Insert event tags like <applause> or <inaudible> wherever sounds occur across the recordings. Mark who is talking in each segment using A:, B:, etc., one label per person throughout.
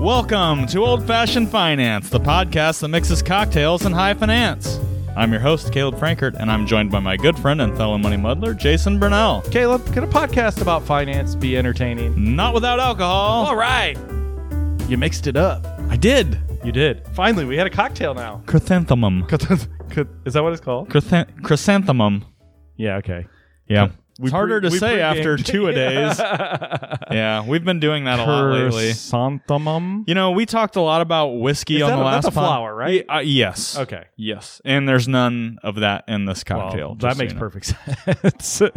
A: Welcome to Old Fashioned Finance, the podcast that mixes cocktails and high finance. I'm your host, Caleb Frankert, and I'm joined by my good friend and fellow money muddler, Jason Burnell.
B: Caleb, could a podcast about finance be entertaining?
A: Not without alcohol.
B: All right. You mixed it up.
A: I did.
B: You did. Finally, we had a cocktail now.
A: Chrysanthemum.
B: <laughs> Is that what it's called?
A: Chrysan- chrysanthemum.
B: Yeah, okay.
A: Yeah.
B: We
A: it's harder
B: pre-
A: to
B: we
A: say
B: pre-gamed.
A: after two a days. <laughs> yeah, we've been doing that a lot lately.
B: Chrysanthemum?
A: You know, we talked a lot about whiskey
B: Is
A: on
B: that
A: the
B: a-
A: last
B: that's a
A: pod-
B: flower, right?
A: Y- uh, yes.
B: Okay.
A: Yes. And there's none of that in this
B: Well,
A: cocktail. just
B: that
A: so
B: makes
A: you know. <laughs>
B: perfect sense.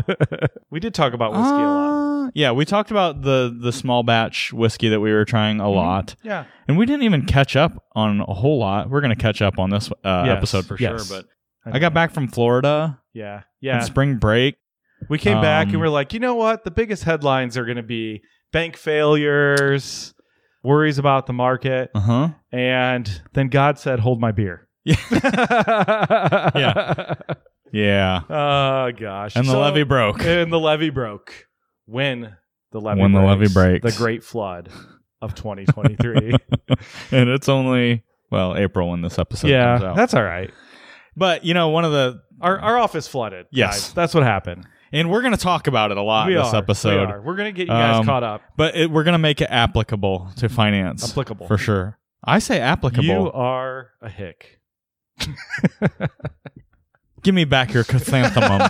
B: we did talk about whiskey a lot.
A: Uh, yeah, we talked about the the small batch whiskey that we were trying
B: Mm-hmm.
A: a lot,
B: Yeah.
A: and we didn't even catch up on a whole lot. We're gonna catch up on this uh,
B: Yes,
A: episode for
B: yes.
A: sure. But
B: I
A: I got back from Florida
B: Yeah.
A: on
B: Yeah.
A: spring break.
B: We came back and
A: Um,
B: we're like, you know what? The biggest headlines are going to be bank failures, worries about the market,
A: Uh huh.
B: and then God said, "Hold my beer." <laughs>
A: Yeah.
B: yeah.
A: Yeah,
B: Oh gosh.
A: and the
B: So-
A: levee
B: <laughs>
A: broke.
B: And the levee broke. When the levee
A: When the
B: breaks,
A: levee breaks.
B: the great flood
A: <laughs>
B: of 2023.
A: and it's only well April when this episode comes
B: yeah,
A: out.
B: that's all right.
A: But you know, one of the
B: Our our office flooded.
A: Yes.
B: guys. that's what happened.
A: and we're gonna talk about it a lot
B: we
A: this
B: are,
A: episode.
B: We are. We're gonna get you guys
A: Um,
B: caught up.
A: But it, we're gonna make it applicable to finance
B: Applicable.
A: for sure. I say applicable.
B: You are a hick.
A: Give me back
B: <laughs>
A: your chrysanthemum.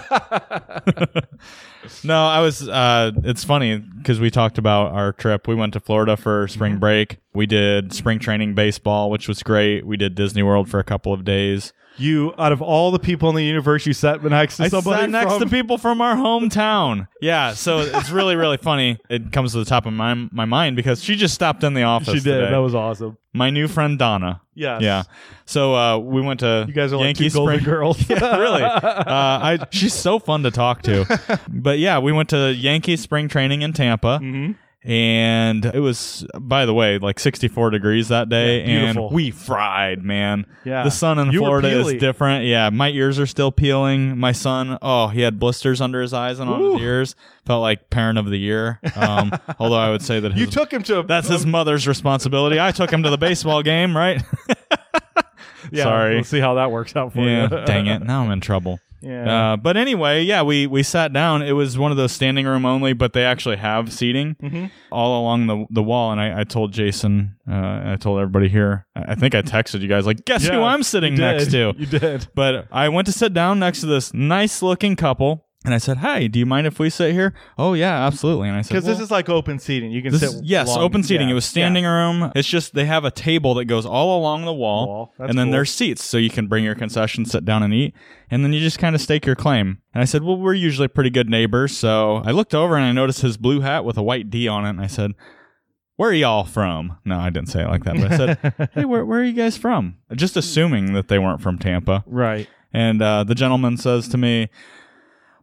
A: <laughs> no, I was. Uh, it's funny because we talked about our trip. We went to Florida for spring break. We did spring training baseball, which was great. We did Disney World for a couple of days.
B: you out of all the people in the universe, you sat next to
A: I
B: somebody
A: sat next
B: from- <laughs>
A: to people from our hometown. Yeah, so it's really, really funny. It comes to the top of my my mind because she just stopped in the office.
B: She did.
A: today.
B: That was awesome.
A: my new friend Donna.
B: Yes.
A: Yeah. So uh, we went to
B: You guys are
A: Yankee
B: like two golden
A: spring. <laughs>
B: girls.
A: Yeah, really. Uh, I she's so fun to talk
B: <laughs>
A: to. But yeah, we went to Yankee spring training in Tampa,
B: Mhm.
A: and it was, by the way, like 64 degrees that day,
B: Yeah, beautiful.
A: and we fried, man.
B: Yeah.
A: The sun in
B: You were
A: Florida is
B: peely.
A: different. Yeah, my ears are still peeling. My son, oh, he had blisters under his eyes and on
B: Woo.
A: his ears. Felt like parent of the year.
B: <laughs>
A: Um, although I would say that
B: <laughs> You
A: his,
B: took him to a,
A: that's his mother's responsibility. I took him to the baseball game, right?
B: Yeah,
A: Sorry.
B: We'll see how that works out <laughs> for
A: yeah,
B: you.
A: dang it. Now I'm in trouble.
B: <laughs> Yeah.
A: Uh, but anyway, yeah, we we sat down. It was one of those standing room only, but they actually have seating
B: Mhm.
A: all along the the wall. And I, I told Jason, uh, I told everybody here. I I think I texted you guys like, guess who
B: Yeah,
A: I'm sitting next to.
B: <laughs> You did.
A: But I went to sit down next to this nice looking couple, and I said, "Hey, do you mind if we sit here?" Oh yeah, absolutely. And I said,
B: Because
A: "Well,
B: this is like open seating. You can
A: this
B: sit.
A: is- yes,
B: long-
A: open seating.
B: yeah,
A: It was standing room. It's just they have a table that goes all along the wall,
B: Wall. That's
A: and then
B: cool.
A: there's seats, so you can bring your concession, sit down, and eat. And then you just kind of stake your claim. And I said, well, we're usually pretty good neighbors, so I looked over and I noticed his blue hat with a white D on it, and I said, where are y'all from? No, I didn't say it like that, but I
B: <laughs>
A: said, hey, where, where are you guys from? Just assuming that they weren't from Tampa.
B: Yeah. Right.
A: And uh, the gentleman says to me,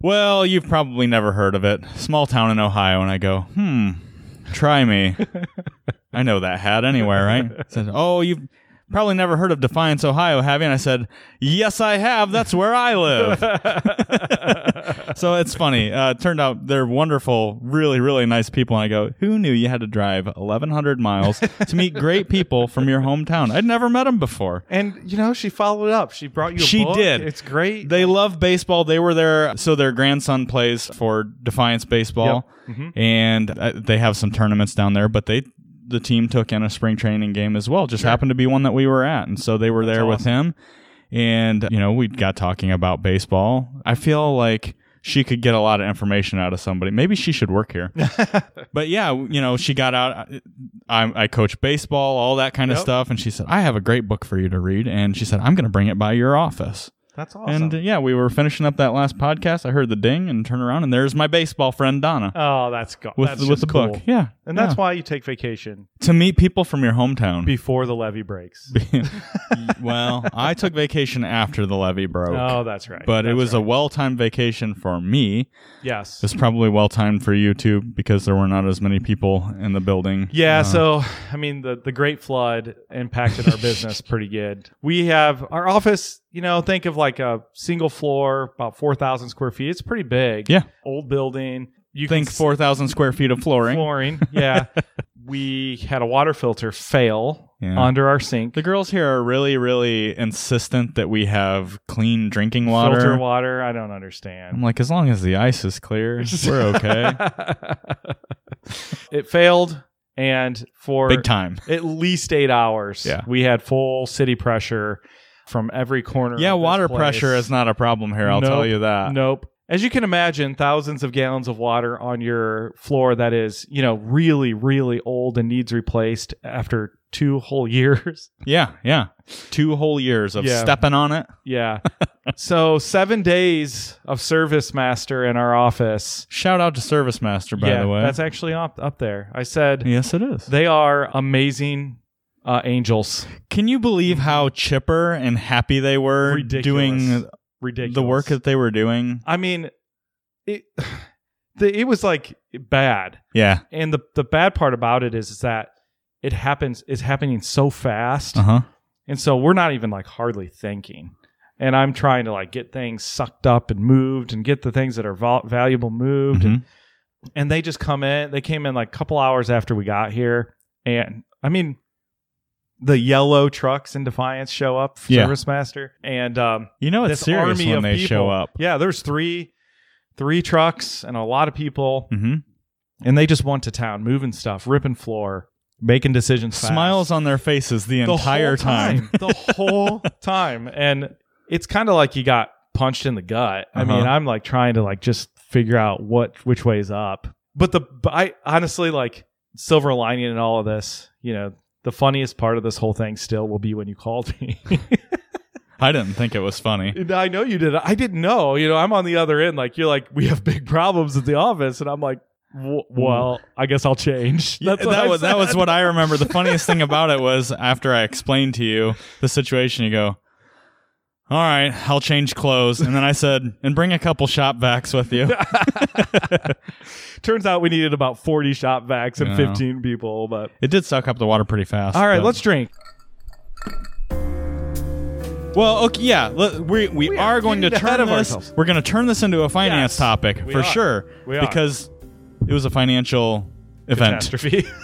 A: Well, you've probably never heard of it. Small town in Ohio. And I go, Hmm, try me. I know that hat anywhere, right? He said, Oh, you've probably never heard of Defiance, Ohio, have you? And I said, Yes, I have. That's where I live. <laughs> so it's funny. Uh, it turned out they're wonderful, really, really nice people. And I go, Who knew you had to drive 1,100 miles to meet great people from your hometown? I'd never met them before.
B: And you know, she followed up. She brought you. A
A: She
B: book.
A: did.
B: It's great.
A: They love baseball. They were there, so their grandson plays for Defiance Baseball,
B: Mm-hmm.
A: and uh, they have some tournaments down there. But they, the team, took in a spring training game as well. Just happened to be one that we were at, and so they were there with him. And you know, we got talking about baseball. I feel like she could get a lot of information out of somebody. Maybe she should work
B: <laughs>
A: here. but yeah, you know, she got out. I, I coach baseball, all that kind of
B: Yep.
A: stuff, and she said, "I have a great book for you to read." And she said, "I'm going to bring it by your office."
B: That's awesome.
A: And uh, yeah, we were finishing up that last podcast. I heard the ding and turn around, and there's my baseball friend Donna
B: oh, that's go-
A: with
B: that's
A: with
B: just
A: the
B: cool.
A: book. Yeah,
B: And that's
A: yeah.
B: why you take vacation
A: to meet people from your hometown. <laughs>
B: before the levee breaks.
A: well, I took vacation after the levee broke,
B: oh, that's right.
A: but it
B: That's
A: was a
B: right.
A: well-timed vacation for me.
B: yes.
A: It's probably well-timed for you too because there were not as many people in the building.
B: Yeah, so I mean the the great flood impacted
A: <laughs>
B: our business pretty good. We have our office, you know, think of like a single floor, about 4,000 square feet. It's pretty big.
A: Yeah.
B: Old building. You
A: Think
B: s-
A: four thousand square feet of flooring. <laughs>
B: flooring. Yeah. we had a water filter fail
A: Yeah.
B: under our sink.
A: The girls here are really, really insistent that we have clean drinking water.
B: Filter water. I don't
A: I'm
B: understand.
A: like, as long as the ice is
B: <laughs>
A: clear, we're okay.
B: it failed, and for
A: Big time.
B: at least eight hours,
A: Yeah.
B: we had full city pressure from every corner.
A: Yeah,
B: of this
A: water
B: place.
A: pressure is not a problem here. I'll
B: Nope.
A: tell you that.
B: Nope. As you can imagine, thousands of gallons of water on your floor that is, you know, really, really old and needs replaced after two whole <laughs> years.
A: Yeah, yeah. Two whole years of
B: Yeah.
A: stepping on it. <laughs>
B: yeah. so, seven days of Service Master in our office.
A: Shout out to Service Master, by
B: yeah,
A: the way.
B: that's actually up, up there. I said
A: yes, it is.
B: they are amazing uh, angels.
A: Can you believe how chipper and happy they were
B: Ridiculous.
A: doing
B: Ridiculous.
A: the work that they were doing?
B: I mean, it, <sighs> the, it was like bad.
A: Yeah.
B: And the, the bad part about it is, is that it happens, it's happening so fast.
A: Uh huh.
B: And so we're not even like hardly thinking. And I'm trying to like get things sucked up and moved and get the things that are vol- valuable moved.
A: mm-hmm.
B: And, and they just come in, they came in like a couple hours after we got here. And I mean, the yellow trucks in Defiance show up,
A: Yeah.
B: Service Master. And, um,
A: You know it's
B: this
A: serious
B: army
A: when
B: of
A: they
B: people.
A: show up.
B: Yeah, there's three three trucks and a lot of people,
A: Mm-hmm.
B: and they just went to town, moving stuff, ripping floor, making decisions. fast.
A: Smiles on their faces the,
B: The
A: entire
B: whole the <laughs> whole time, and it's kind of like you got punched in the gut. I mean,
A: Uh-huh.
B: I'm like trying to like just figure out what which way is up. But the but I honestly like silver lining in all of this, you know. The funniest part of this whole thing still will be when you called <laughs> me.
A: I didn't think it was funny.
B: And I know you did. I didn't know. You know, I'm on the other end. Like you're like, we have big problems at the office, and I'm like, w- well, I guess I'll change. That's what
A: that
B: I
A: was that was
B: said.
A: what I remember. The funniest <laughs> thing about it was after I explained to you the situation, you go, "All right, I'll change clothes," and then I said, "And bring a couple shop vacs with <laughs> you."
B: Turns out we needed about 40 shop vacs and
A: Yeah.
B: 15 people. But
A: It did suck up the water pretty fast.
B: all right,
A: but-
B: let's drink.
A: Well, okay, yeah, let, we, we
B: are
A: are going to
B: getting ahead
A: turn
B: of
A: this.
B: ourselves.
A: We're going to turn this into a finance
B: Yes,
A: topic
B: we
A: for
B: are.
A: sure
B: We are.
A: because it was a financial event.
B: Catastrophe. <laughs>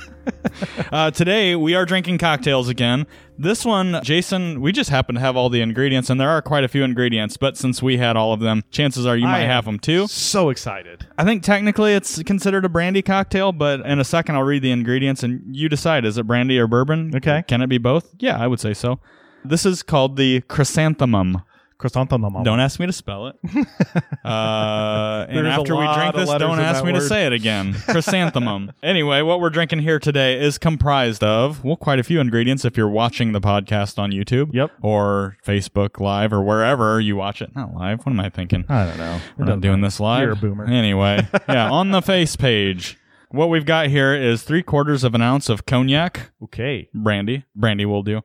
A: Uh, today we are drinking cocktails again. This one, Jason, we just happen to have all the ingredients, and there are quite a few ingredients. But since we had all of them, chances are you might
B: am
A: have them too.
B: so excited.
A: I think technically it's considered a brandy cocktail, but in a second I'll read the ingredients and you decide is it brandy or bourbon?
B: Okay.
A: Can it be both? Yeah, I would say so. This is called the chrysanthemum.
B: Chrysanthemum.
A: Don't ask me to spell
B: <laughs>
A: it. Uh, and
B: There's a
A: after we
B: lot
A: drink
B: of
A: this,
B: letters
A: don't
B: in
A: ask
B: that
A: me to
B: word.
A: say it
B: <laughs>
A: again. Chrysanthemum. anyway, what we're drinking here today is comprised of, well, quite a few ingredients if you're watching the podcast on YouTube
B: Yep.
A: or Facebook Live or wherever you watch it. Not live. What am I thinking?
B: I don't know.
A: We're not doing this live.
B: You're a boomer. <laughs>
A: Anyway, yeah, on the face page, what we've got here is three quarters of an ounce of cognac,
B: Okay.
A: brandy, brandy will do,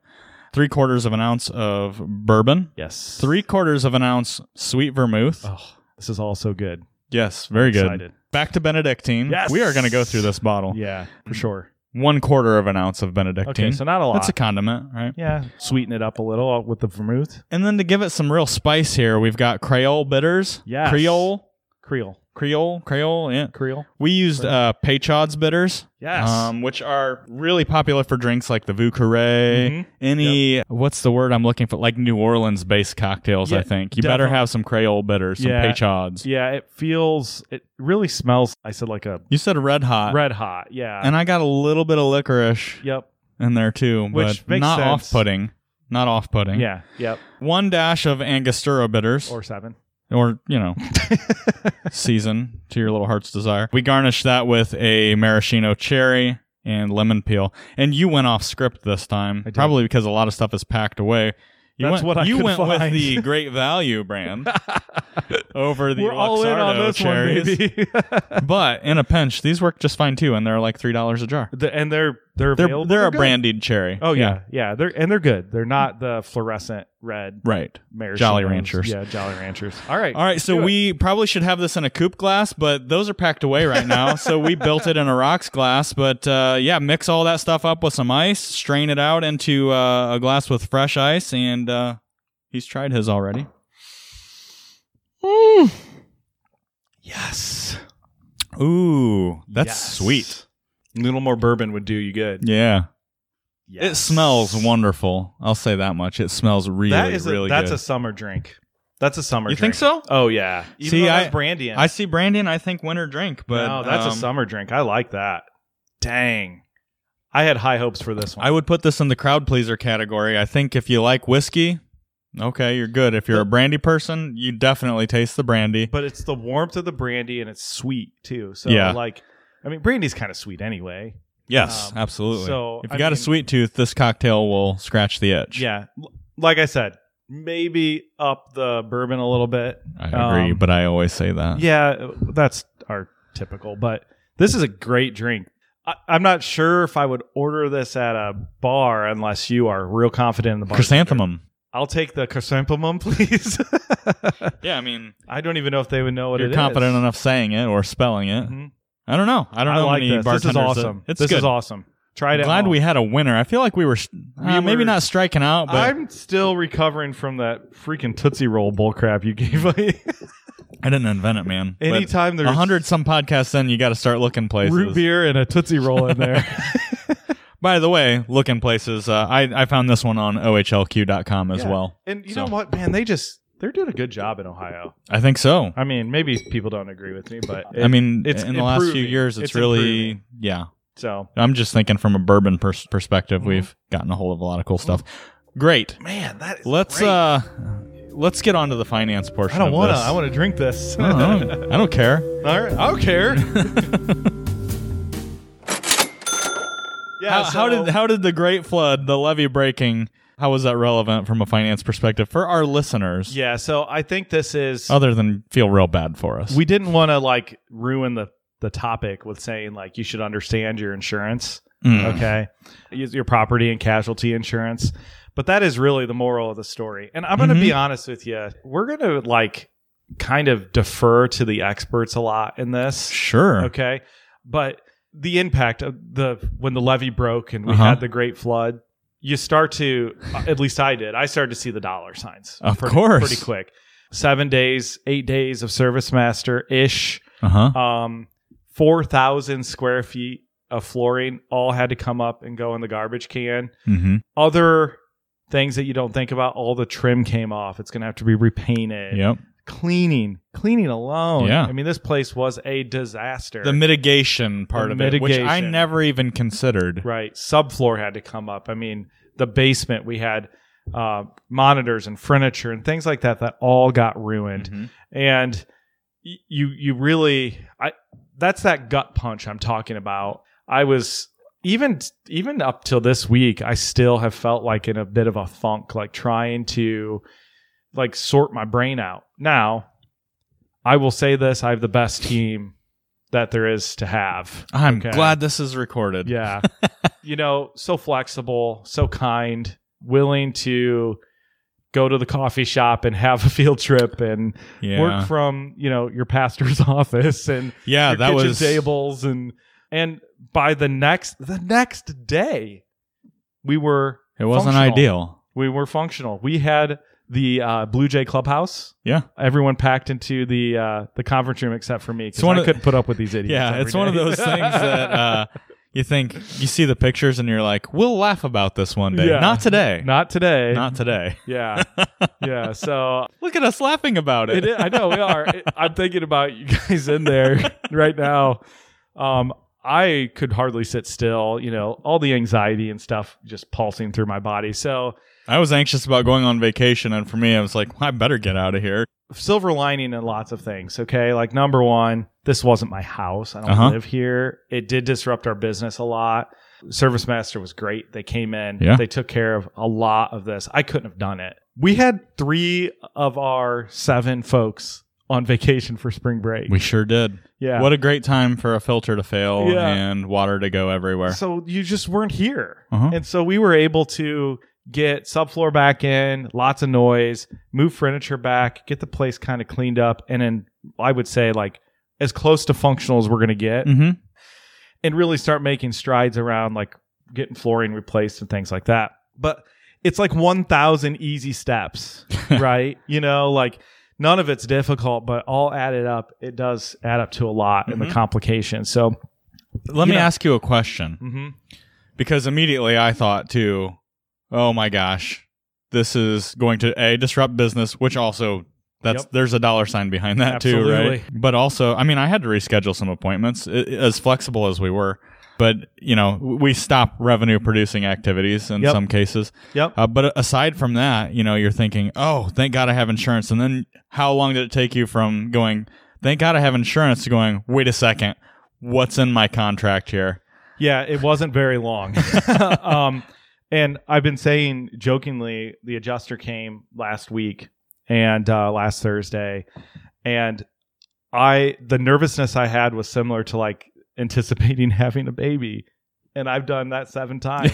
A: three quarters of an ounce of bourbon,
B: Yes.
A: three quarters of an ounce sweet vermouth.
B: Oh, this is all so good.
A: yes, very good.
B: Excited.
A: Back to Benedictine.
B: Yes!
A: We are going to go through this bottle.
B: Yeah, for sure.
A: One quarter of an ounce of Benedictine.
B: Okay, so not a lot.
A: That's a condiment, right?
B: yeah, sweeten it up a little with the vermouth.
A: And then to give it some real spice here, we've got Creole bitters.
B: Yes.
A: Creole.
B: Creole.
A: Creole, Creole, yeah.
B: Creole.
A: We used uh, Peychaud's bitters.
B: Yes.
A: Um, which are really popular for drinks like the Vucare,
B: Mhm.
A: any what's the word I'm looking for? Like New Orleans based cocktails, I
B: Yeah,
A: think. You better
B: definitely.
A: have some Creole bitters, some
B: Yeah.
A: Peychaud's.
B: Yeah, it feels. It really smells. I said like a
A: You said red hot.
B: red hot. Yeah.
A: And I got a little bit of licorice
B: yep.
A: in there too,
B: Which
A: but
B: makes
A: not
B: sense.
A: off putting. Not off putting.
B: Yeah. Yep.
A: One dash of Angostura bitters or,
B: Or seven.
A: you
B: <laughs>
A: know, season to your little heart's desire. We garnish that with a maraschino cherry and lemon peel. And you went off script this time,
B: did.
A: probably because a lot of stuff is packed away. You
B: That's
A: went,
B: what I
A: You
B: could
A: went with
B: find.
A: the Great Value
B: <laughs>
A: brand over the
B: We're all in on
A: Luxardo
B: this
A: cherries.
B: one, baby. <laughs>
A: but in a pinch, these work just fine too, and they're like three dollars a jar.
B: The- and they're they're
A: They're
B: available.
A: they're a
B: good.
A: brandied cherry.
B: Oh yeah. yeah, They're and they're good. They're not the fluorescent red
A: right.
B: maraschino.
A: Jolly Ranchers.
B: Yeah, Jolly Ranchers. All right.
A: All right, so
B: do it.
A: we probably should have this in a coupe glass, but those are packed away right
B: <laughs>
A: now. so we built it in a rocks glass, but uh, yeah, mix all that stuff up with some ice, strain it out into uh, a glass with fresh ice, and uh, he's tried his already.
B: Yes.
A: Ooh, that's
B: Yes.
A: sweet.
B: A little more bourbon would do you good.
A: Yeah.
B: Yes.
A: It smells wonderful. I'll say that much. It smells really,
B: that is a,
A: really
B: that's
A: good.
B: a summer drink. That's a summer
A: you
B: drink.
A: think so?
B: Oh yeah. Even
A: See,
B: though
A: I-
B: that's brandy in it.
A: I see brandy and I think winter drink, but
B: no, that's a
A: um,
B: summer drink. I like that. Dang. I had high hopes for this one.
A: I would put this in the crowd pleaser category. I think if you like whiskey, okay, you're good. If you're a brandy person, you definitely taste the brandy.
B: but it's the warmth of the brandy and it's sweet too. So
A: Yeah.
B: like I mean brandy's kind of sweet anyway.
A: Yes,
B: Um,
A: absolutely.
B: so,
A: if you
B: I
A: got
B: mean-
A: a sweet tooth, this cocktail will scratch the itch.
B: Yeah. L- Like I said, maybe up the bourbon a little bit.
A: I agree,
B: Um,
A: but I always say that.
B: Yeah, that's our typical, but this is a great drink. I, I'm not sure if I would order this at a bar unless you are real confident in the bar. <laughs>
A: Chrysanthemum.
B: I'll take the chrysanthemum, <laughs> please.
A: Yeah, I mean,
B: I don't even know if they would know what
A: you're
B: it is.
A: confident enough saying it or spelling it.
B: Mhm.
A: I don't know. I don't
B: I
A: know
B: like
A: many
B: this. This
A: bartenders.
B: is
A: that-
B: awesome.
A: it's
B: this
A: good.
B: is awesome. Try it.
A: I'm
B: at
A: glad
B: home.
A: we had a winner. I feel like we were, s- uh, maybe
B: were-
A: not striking out, but I'm,
B: I'm still recovering from that freaking Tootsie Roll bullcrap you gave
A: <laughs>
B: me.
A: I did not invent it, man. But
B: <laughs> Anytime
A: a
B: there's
A: hundred some podcasts in, you got to start looking places.
B: root beer and a Tootsie Roll in there.
A: By the way, looking places. Uh, I I found this one on ohlq.com <laughs> as
B: Yeah.
A: well.
B: and you
A: So-
B: know what, man? They just they're doing a good job in Ohio.
A: I think so.
B: I mean, maybe people don't agree with me, but
A: I mean,
B: it's
A: in the last few
B: improving.
A: years, it's,
B: It's
A: really
B: improving.
A: yeah.
B: so
A: I'm just thinking from a bourbon pers- perspective.
B: Mhm.
A: We've gotten a hold of a lot of cool stuff. Great.
B: man, that is
A: Let's
B: Mm-hmm. great.
A: uh, let's get on to the finance portion.
B: I don't
A: want
B: want to. I want to drink this.
A: <laughs> I don't, I don't care.
B: <laughs> All right, I
A: <laughs>
B: don't care. yeah.
A: How, how
B: so-
A: did how did the Great Flood, the levee breaking, how was that relevant from a finance perspective for our listeners?
B: yeah? So I think this is
A: Other than feel real bad for us.
B: we didn't want to like ruin the the topic with saying like you should understand your insurance
A: Mm.
B: okay Use your property and casualty insurance but that is really the moral of the story and i'm going to be honest with you we're going to like kind of defer to the experts a lot in this
A: Sure.
B: okay but the impact of the when the levee broke and we
A: Uh-huh.
B: had the great flood you start to uh, at least i did i started to see the dollar signs
A: Of
B: pretty,
A: course.
B: pretty quick seven days eight days of service master ish
A: Uh huh.
B: um, 4,000 square feet of flooring all had to come up and go in the garbage can.
A: Mm-hmm.
B: Other things that you don't think about, all the trim came off. It's going to have to be repainted.
A: Yep.
B: Cleaning, cleaning alone.
A: Yeah.
B: I mean, this place was a disaster.
A: The mitigation part
B: The
A: of it, which I
B: mitigation.
A: never even considered.
B: right. Subfloor had to come up. I mean, the basement, we had uh, monitors and furniture and things like that that all got ruined.
A: Mhm.
B: and y- you you really i that's that gut punch i'm talking about i was even even up till this week i still have felt like in a bit of a funk like trying to like sort my brain out now i will say this i have the best team that there is to have
A: I'm
B: Okay.
A: glad this is recorded. <laughs>
B: yeah. you know, so flexible, so kind, willing to go to the coffee shop and have a field trip and
A: Yeah.
B: work from, you know, your pastor's <laughs> office and
A: yeah.
B: your
A: That
B: kitchen
A: was
B: tables and and by the next the next day we were
A: It wasn't
B: functional.
A: ideal.
B: we were functional. We had the uh, Blue Jay Clubhouse.
A: Yeah.
B: Everyone packed into the uh, the conference room except for me
A: It's
B: because
A: one
B: I
A: of-
B: couldn't put up with these idiots.
A: Yeah,
B: every
A: it's one of
B: day.
A: those things
B: <laughs>
A: that uh, you think you see the pictures and you're like, "We'll laugh about this one day."
B: Yeah.
A: Not today.
B: not today.
A: Not today. <laughs>
B: Yeah. Yeah. So
A: Look at us laughing about
B: it
A: it.
B: is, I know we are. It- I'm thinking about you guys in there <laughs> right now. Um, I could hardly sit still, you know, all the anxiety and stuff just pulsing through my body. So,
A: I was anxious about going on vacation, and for me, I was like, "I better get out of here."
B: silver lining in lots of things. Okay. Like, number one, this wasn't my house. I don't
A: Uh-huh.
B: live here. It did disrupt our business a lot. Service Master was great. They came in,
A: Yeah.
B: they took care of a lot of this. I couldn't have done it. We had three of our seven folks on vacation for spring break.
A: We sure did.
B: yeah.
A: What a great time for a filter to fail
B: Yeah.
A: and water to go everywhere.
B: So you just weren't here.
A: Uh-huh.
B: And so we were able to get subfloor back in, lots of noise, move furniture back, get the place kind of cleaned up. And then I would say, like, as close to functional as we're going to get
A: mm-hmm.
B: and really start making strides around like getting flooring replaced and things like that. But it's like 1,000 easy steps, right? You know, like none of it's difficult, but all added up, it does add up to a lot and the
A: Mhm.
B: complications. So
A: Let
B: You
A: me
B: know-
A: ask you a question
B: Mm-hmm.
A: because immediately I thought too, oh my gosh, this is going to a disrupt business, which also that's
B: Yep.
A: there's a dollar sign behind that too,
B: Absolutely.
A: right? But also, I mean, I had to reschedule some appointments i- as flexible as we were, but you know, we stop revenue producing activities in
B: Yep.
A: some cases.
B: Yep.
A: Uh, but aside from that, you know, you're thinking, oh, thank God I have insurance. And then how long did it take you from going, thank God I have insurance to going, wait a second, what's in my contract here?
B: Yeah, it wasn't very long. <laughs> um, and I've been saying jokingly, the adjuster came last week and uh, last Thursday, and I the nervousness I had was similar to like anticipating <laughs> having a baby, and I've done that seven times.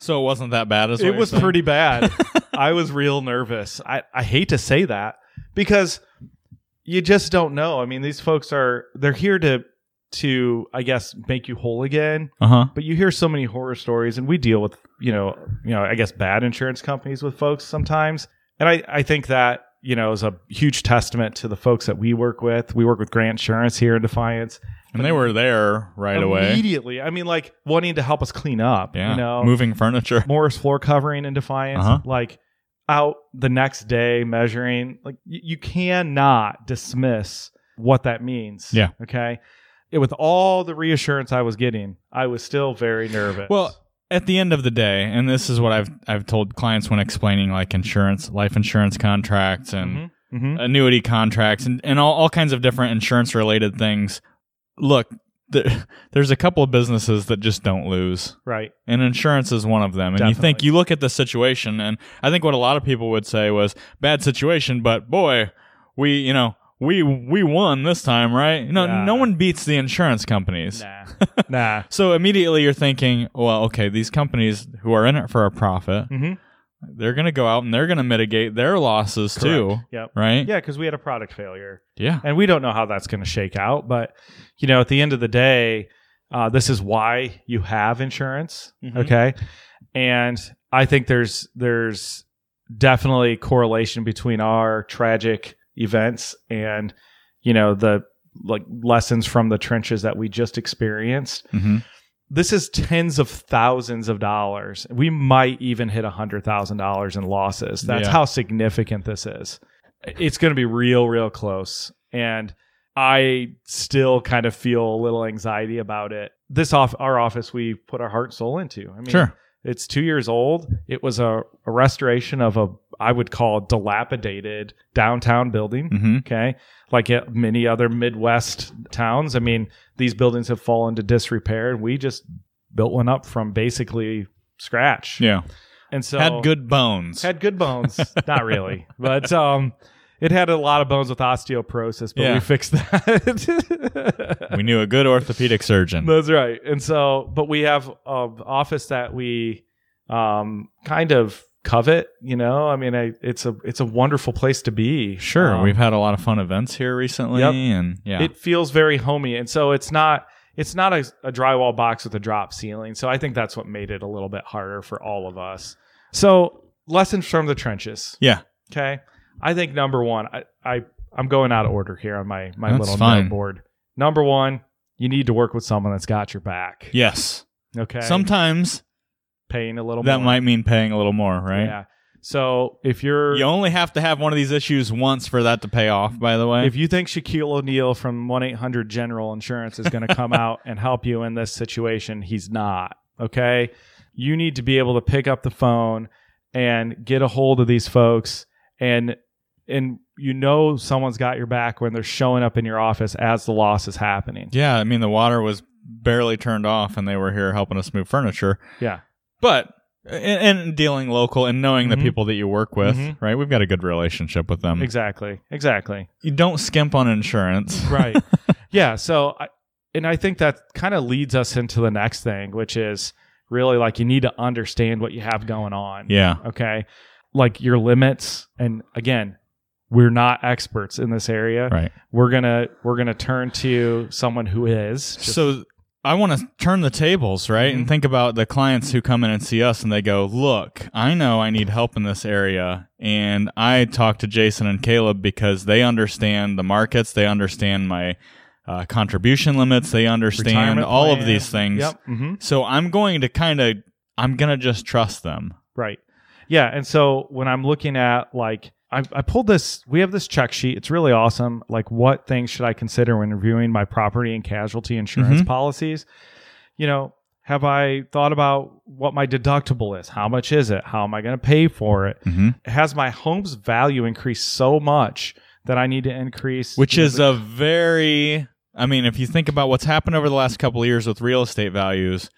A: So it wasn't that bad as
B: it was
A: <laughs>
B: pretty bad. I was real nervous. I, I hate to say that because you just don't know. I mean, these folks are they're here to to I guess make you whole again
A: Uh huh.
B: but you hear so many horror stories and we deal with you know you know i guess bad insurance companies with folks sometimes and i i think that you know is a huge testament to the folks that we work with we work with grant insurance here in defiance
A: And they were there right away.
B: immediately i mean like wanting to help us clean up
A: Yeah.
B: you know
A: Moving furniture.
B: morris floor covering in defiance
A: Uh-huh.
B: like out the next day measuring like y- you cannot dismiss what that means
A: Yeah.
B: okay It- with all the reassurance i was getting i was still very nervous
A: Well, at the end of the day, and this is what I've I've told clients when explaining like insurance, life insurance contracts and
B: Mhm. Mhm.
A: annuity contracts and, and all, all kinds of different insurance related things. Look, there, <laughs> there's a couple of businesses that just don't lose.
B: Right.
A: And insurance is one of them. And you think
B: Definitely.
A: you look at the situation and I think what a lot of people would say was bad situation, but boy, we you know, we we won this time, right? No
B: Yeah.
A: no one beats the insurance companies.
B: Nah. nah.
A: So immediately you're thinking, well, okay, these companies who are in it for a profit,
B: Mm-hmm.
A: they're going to go out and they're going to mitigate their losses too,
B: Yep.
A: right?
B: Yeah, because we had a product failure,
A: Yeah.
B: and we don't know how that's going to shake out. But you know, at the end of the day, uh, this is why you have insurance.
A: Mhm.
B: Okay, and I think there's there's definitely correlation between our tragic events and you know the like lessons from the trenches that we just experienced
A: Mhm.
B: this is tens of thousands of dollars. We might even hit $100,000 in losses. That's
A: Yeah.
B: how significant this is. It's going to be real, real close. And I still kind of feel a little anxiety about it. This off our office, we put our heart and soul into. I mean,
A: Sure.
B: it's two years old. It was a, a restoration of a, I would call dilapidated downtown building.
A: Mhm.
B: Okay. Like uh, many other Midwest towns, I mean, these buildings have fallen to disrepair and we just built one up from basically scratch.
A: Yeah.
B: And so
A: had good bones.
B: had
A: <laughs>
B: good bones. Not really, but, um, it had a lot of bones with osteoporosis, but
A: Yeah.
B: we fixed that. <laughs>
A: we knew a good orthopedic surgeon.
B: That's right. And so, but we have an office that we um, kind of covet. You know, I mean, I, it's a it's a wonderful place to be.
A: sure,
B: Um,
A: we've had a lot of fun events here recently,
B: Yep.
A: and yeah,
B: it feels very homey, and so it's not it's not a, a drywall box with a drop ceiling. So I think that's what made it a little bit harder for all of us. So lessons from the trenches.
A: Yeah.
B: Okay. I think number one, I, I I'm going out of order here on my my
A: That's
B: little
A: fine.
B: note board. Number one, you need to work with someone that's got your back.
A: yes.
B: Okay.
A: Sometimes
B: paying a little
A: that
B: more.
A: might mean paying a little more, right?
B: Yeah. So if you're
A: You only have to have one of these issues once for that to pay off. By the way,
B: if you think Shaquille O'Neal from 1 800 General Insurance is going to come out and help you in this situation, he's not. Okay. You need to be able to pick up the phone and get a hold of these folks and and you know someone's got your back when they're showing up in your office as the loss is happening.
A: yeah, I mean the water was barely turned off, and they were here helping us move furniture.
B: Yeah.
A: but. And, and dealing local and knowing
B: Mhm.
A: the people that you work with,
B: Mhm.
A: right? We've got a good relationship with them.
B: Exactly. Exactly.
A: You don't skimp on insurance.
B: <laughs> right yeah so I, and i think that kind of leads us into the next thing which is really like you need to understand what you have going on
A: Yeah.
B: okay like your limits and again we're not experts in this area
A: Right.
B: we're gonna we're gonna turn to someone who is Just-
A: so I want to turn the tables, right?
B: Mhm.
A: And think about the clients who come in and see us and they go, Look, I know I need help in this area. And I talk to Jason and Caleb because they understand the markets, they understand my uh, contribution limits. They understand
B: Retirement
A: all of
B: plan.
A: these things.
B: Yep. hmm
A: So I'm going to kind of, I'm going to just trust them.
B: Right. Yeah. And so when I'm looking at like, I, I pulled this, we have this check sheet. It's really awesome. Like, what things should I consider when reviewing my property and casualty insurance
A: Mm-hmm.
B: policies? You know, have I thought about what my deductible is? How much is it? How am I going to pay for it?
A: Mm-hmm.
B: Has my home's value increased so much that I need to increase?
A: Which
B: you know,
A: is a very, I mean, if you think about what's happened over the last couple of years with real estate values,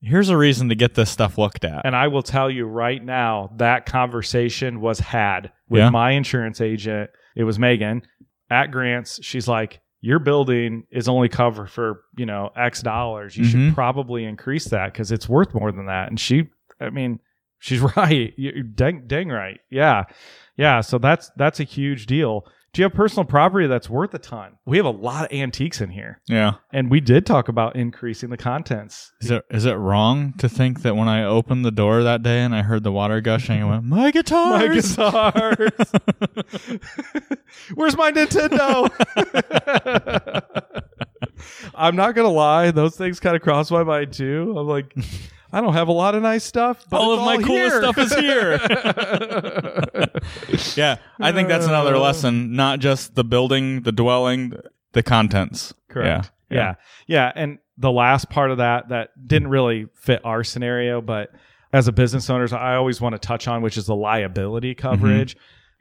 A: here's a reason to get this stuff looked at.
B: And I will tell you right now, that conversation was had with
A: Yeah.
B: my insurance agent. It was Megan at Grants. She's like, your building is only covered for, you know, X dollars. You
A: Mhm.
B: should probably increase that because it's worth more than that. And she, I mean, <laughs> she's right. You- You're dang, dang right. Yeah. Yeah. So that's, that's a huge deal. Do you have personal property that's worth a ton? We have a lot of antiques in here.
A: Yeah.
B: And we did talk about increasing the contents.
A: Is it is it wrong to think that when I opened the door that day and I heard the water gushing, I went, "My guitars!"
B: my guitars. <laughs> Where's my Nintendo? <laughs> I'm not gonna lie, those things kind of cross my mind too. I'm like, I don't have a lot of nice stuff, but
A: all
B: it's
A: of my coolest
B: here.
A: stuff is
B: <laughs>
A: here. yeah, I think that's another
B: Uh.
A: lesson. Not just the building, the dwelling, the contents.
B: <laughs> Correct.
A: Yeah.
B: yeah. Yeah. And the last part of that that didn't really fit our scenario, but as a business owners, I always want to touch on, which is the liability coverage,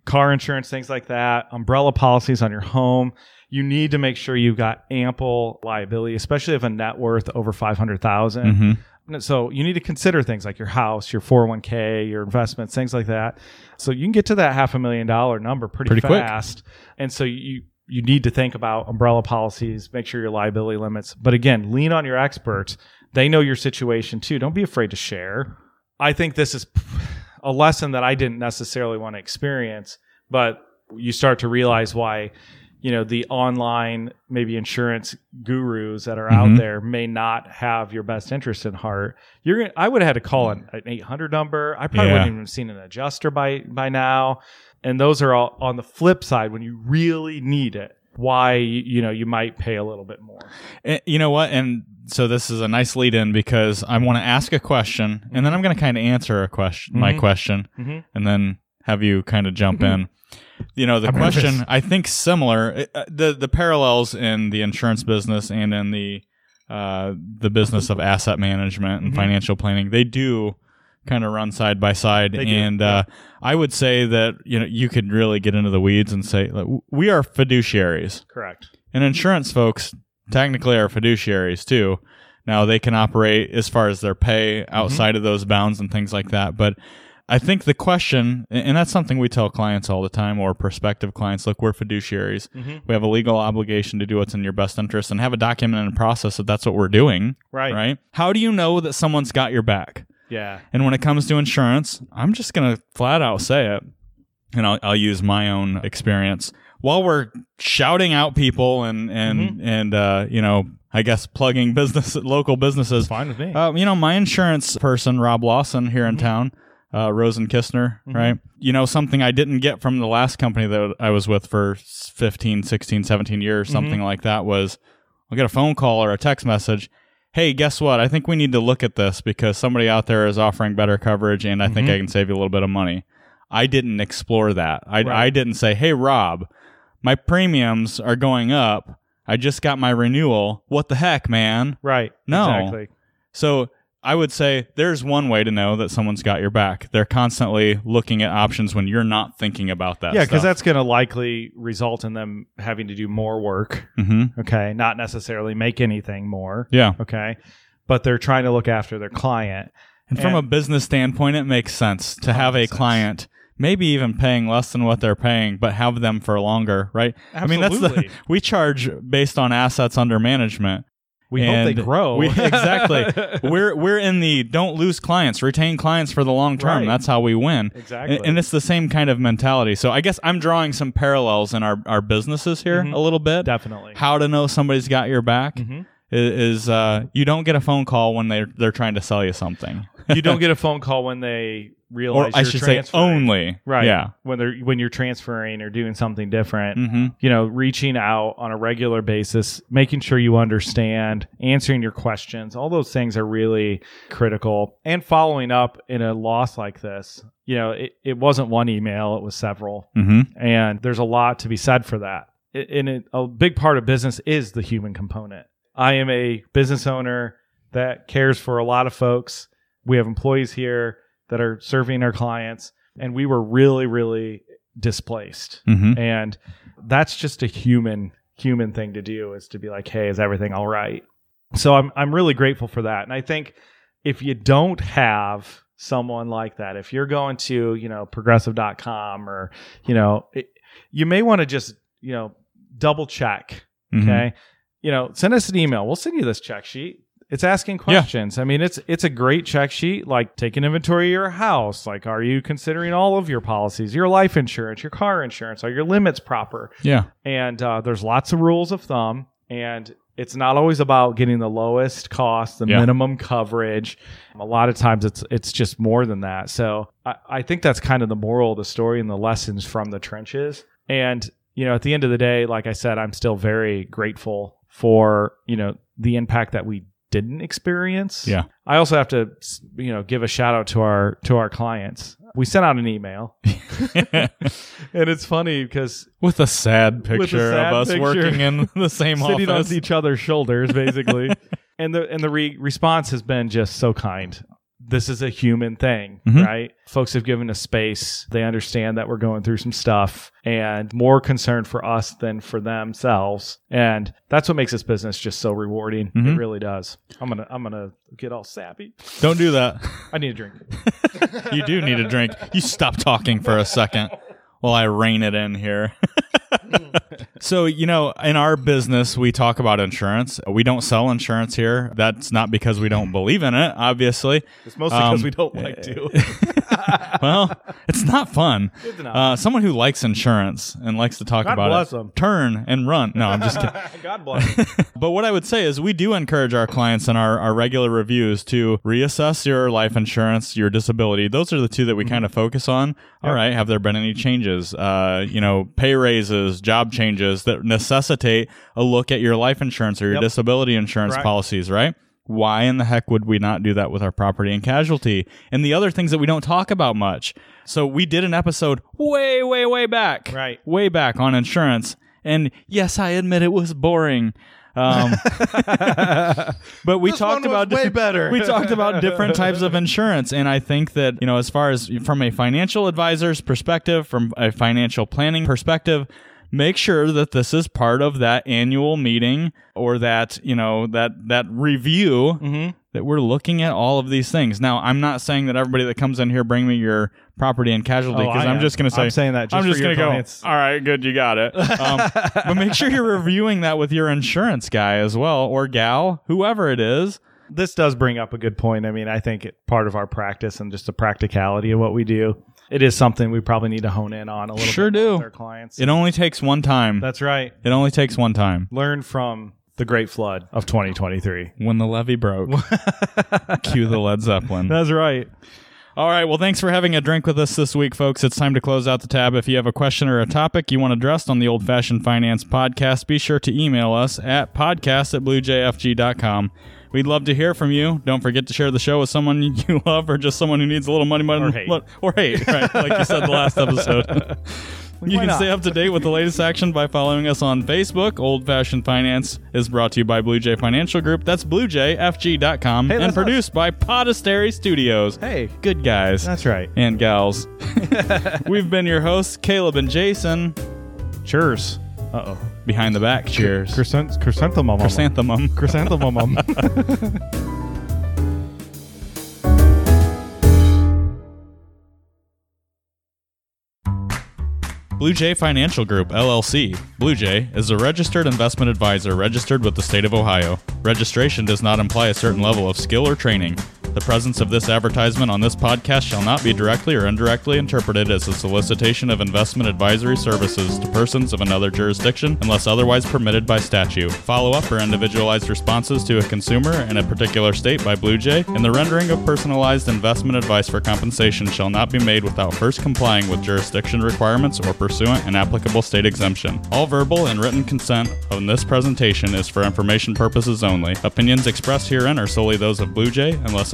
B: car insurance, things like that, umbrella policies on your home. You need to make sure you've got ample liability, especially if a net worth over 500,000.
A: Mm-hmm.
B: And So you need to consider things like your house, your 401k, your investments, things like that. So you can get to that half a million dollar number pretty,
A: Pretty quick.
B: fast. And so you you need to think about umbrella policies, make sure your liability limits. But again, lean on your experts. They know your situation too. Don't be afraid to share. I think this is a lesson that I didn't necessarily want to experience, but you start to realize why you know the online maybe insurance gurus that are
A: Mhm.
B: out there may not have your best interest in heart you're gonna, i would have had to call an, an 800 number i probably
A: Yeah.
B: wouldn't even have seen an adjuster by by now and those are all on the flip side when you really need it why you you know you might pay a little bit more
A: Eh, you know what? And so this is a nice lead in because I want to ask a question and then I'm going to kind of answer a question, my
B: Mhm.
A: question,
B: Mhm.
A: and then have you kind of jump in. You know, the
B: Mm-hmm. I'm nervous.
A: question I think similar uh, the the parallels in the insurance business and in the uh, the business of asset management and
B: Mhm.
A: financial planning. They do kind of run side by side
B: They do,
A: and uh, I would say that you know you could really get into the weeds and say like, w- we are fiduciaries.
B: correct
A: And insurance folks technically are fiduciaries too. Now they can operate as far as their pay outside of those bounds and things like that. But I think the question, and and that's something we tell clients all the time or prospective clients look, we're fiduciaries.
B: Mhm.
A: We have a legal obligation to do what's in your best interest and have a documented process that that's what we're doing,
B: right
A: right? How do you know that someone's got your back?
B: yeah
A: And when it comes to insurance, I'm just going to flat out say it, and I'll, I'll use my own experience. While we're shouting out people and and and uh, you know, I guess plugging business local businesses.
B: fine with me
A: Uh, you know, my insurance person, Rob Lawson, here in town, uh, Rosen Kistner, right? You know, something I didn't get from the last company that I was with for 15, 16, 17 years, something like that, was I'll get a phone call or a text message. Hey, guess what? I think we need to look at this because somebody out there is offering better coverage and I think I can save you a little bit of money. I didn't explore that. I,
B: Right.
A: I didn't say, hey, Rob, my premiums are going up. I just got my renewal. What the heck, man?
B: right
A: No.
B: exactly
A: So I would say there's one way to know that someone's got your back. They're constantly looking at options when you're not thinking about that.
B: yeah because
A: stuff.
B: that's going to likely result in them having to do more work
A: Mhm.
B: okay not necessarily make anything more
A: yeah.
B: okay but they're trying to look after their client
A: And from
B: And-
A: a business standpoint, it makes sense to have a
B: makes sense.
A: client maybe even paying less than what they're paying, but have them for longer, right? I mean, that's the
B: Absolutely.
A: <laughs> we charge based on assets under <laughs> management.
B: <laughs> we hope
A: And
B: they grow
A: we- exactly. we're we're in the don't lose clients, retain clients for the long term.
B: Right.
A: That's how we win.
B: <laughs> exactly
A: And, and it's the same kind of mentality. So I guess I'm drawing some parallels in our, our businesses here
B: Mhm.
A: a little bit.
B: definitely
A: How to know somebody's got your back
B: Mhm.
A: is, is uh, you don't get a phone call when they're they're trying to sell you something,
B: you don't get a phone call when they
A: or
B: realize
A: I
B: you're
A: should say
B: transferring.
A: only.
B: right
A: Yeah.
B: when they're when you're transferring or doing something different
A: Mm-hmm.
B: you know reaching out on a regular basis making sure you understand answering your questions all those things are really critical and following up in a loss like this you know it, it wasn't one email it was several
A: Mm-hmm.
B: and there's a lot to be said for that. I- And it, a big part of business is the human component. I am a business owner that cares for a lot of folks. We have employees here that are serving our clients, and we were really, really displaced.
A: Mm-hmm.
B: And that's just a human human thing to do is to be like, "Hey, is everything all right?" So I'm I'm really grateful for that. And I think if you don't have someone like that, if you're going to, you know, progressive.com or, you know, it, you may want to just, you know, double check,
A: Mm-hmm.
B: okay? You know, send us an email. We'll send you this check sheet. It's asking questions. I mean, it's it's a great check sheet. Like, take an inventory of your house. Like, are you considering all of your policies, your life insurance, your car insurance? Are your limits proper?
A: Yeah.
B: and uh, there's lots of rules of thumb and it's not always about getting the lowest cost the
A: Yeah.
B: minimum coverage a lot of times it's it's just more than that so I, I think that's kind of the moral of the story and the lessons from the trenches and you know at the end of the day like i said i'm still very grateful for you know the impact that we didn't experience
A: Yeah.
B: i also have to s- you know give a shout out to our to our clients we sent out an
A: <laughs>
B: email <laughs> and it's funny because
A: With a sad picture of
B: sad
A: us
B: picture.
A: working
B: <laughs>
A: in the same
B: sitting
A: office.
B: on each other's shoulders, basically. <laughs> and the and the re- response has been just so kind. This is a human thing,
A: Mhm.
B: right? Folks have given us space. They understand that we're going through some stuff and more concerned for us than for themselves. And that's what makes this business just so rewarding. It
A: Mhm.
B: really does. I'm gonna I'm gonna get all sappy.
A: Don't do that.
B: I need a drink.
A: You do need a drink. You stop talking for a second while I rein it in here. <laughs> so, you know, in our business, we talk about insurance. We don't sell insurance here. That's not because we don't believe in it, obviously.
B: It's mostly
A: Um,
B: because we
A: <laughs>
B: don't like to.
A: Well, it's not fun.
B: It's not.
A: Uh, someone who likes insurance and likes to talk
B: God
A: about
B: bless
A: it,
B: 'em.
A: turn and run. No, I'm just kidding.
B: God bless. you.
A: <laughs> But what I would say is, we do encourage our clients in our, our regular reviews to reassess your life insurance, your disability. Those are the two that we
B: Mm-hmm.
A: kind of focus on. All right, have there been any changes? Uh, you know, pay raises, job changes that necessitate a look at your life insurance or your
B: Yep.
A: disability insurance
B: Correct.
A: policies, right? Why in the heck would we not do that with our property and casualty and the other things that we don't talk about much? So we did an episode way, way, way back
B: Right.
A: way back on insurance. And yes, I admit it was boring.
B: <laughs>
A: Um, but we
B: This
A: talked
B: one was
A: about
B: way better.
A: we talked about different types
B: <laughs>
A: of insurance, and I think that you know, as far as from a financial advisor's perspective, from a financial planning perspective, make sure that this is part of that annual meeting or that you know that that review
B: Mm-hmm.
A: that we're looking at all of these things. Now, I'm not saying that everybody that comes in here bring me your property and casualty
B: <laughs> Oh,
A: because
B: I
A: I'm
B: am.
A: just going to say
B: I'm saying that just
A: I'm
B: for
A: just
B: your
A: gonna go.
B: clients.
A: All right, good, you got
B: <laughs>
A: it. Um, but make sure you're reviewing that with your insurance guy as well or gal, whoever it is.
B: this does bring up a good point. I mean, I think it, part of our practice and just the practicality of what we do, it is something we probably need to hone in on a little
A: Sure
B: bit more
A: do.
B: with our clients.
A: It only takes one time.
B: That's right.
A: it only takes one time
B: Learn from the great flood of 2023.
A: when the levee
B: <laughs>
A: broke. Cue the Led Zeppelin.
B: That's right.
A: All right. Well, thanks for having a drink with us this week, folks. It's time to close out the tab. If you have a question or a topic you want addressed on the Old Fashioned Finance Podcast, be sure to email us at podcast at bluejfg.com. We'd love to hear from you. Don't forget to share the show with someone <laughs> you love or just someone who needs a little money, money,
B: Or hate.
A: or hate,
B: <laughs>
A: right? Like you said the last episode. You
B: Why
A: can
B: not?
A: stay up to date with the latest action by following us on Facebook. Old Fashioned Finance is brought to you by Blue Jay Financial Group. That's bluejfg.com
B: Hey,
A: and
B: that's us.
A: produced by Podastery Studios.
B: Hey.
A: Good guys
B: That's right.
A: and gals. We've been your hosts, Caleb and Jason.
B: Cheers. Uh oh.
A: Behind the back, cheers.
B: Chrysanth- chrysanthemum.
A: Chrysanthemum. <laughs>
B: Chrysanthemum.
A: Blue Jay Financial Group, LLC. Blue Jay is a registered investment advisor registered with the state of Ohio. Registration does not imply a certain level of skill or training. The presence of this advertisement on this podcast shall not be directly or indirectly interpreted as a solicitation of investment advisory services to persons of another jurisdiction unless otherwise permitted by statute. Follow up or individualized responses to a consumer in a particular state by Blue Jay, and the rendering of personalized investment advice for compensation shall not be made without first complying with jurisdiction requirements or pursuant an applicable state exemption. All verbal and written consent on this presentation is for information purposes only. Opinions expressed herein are solely those of Blue Jay unless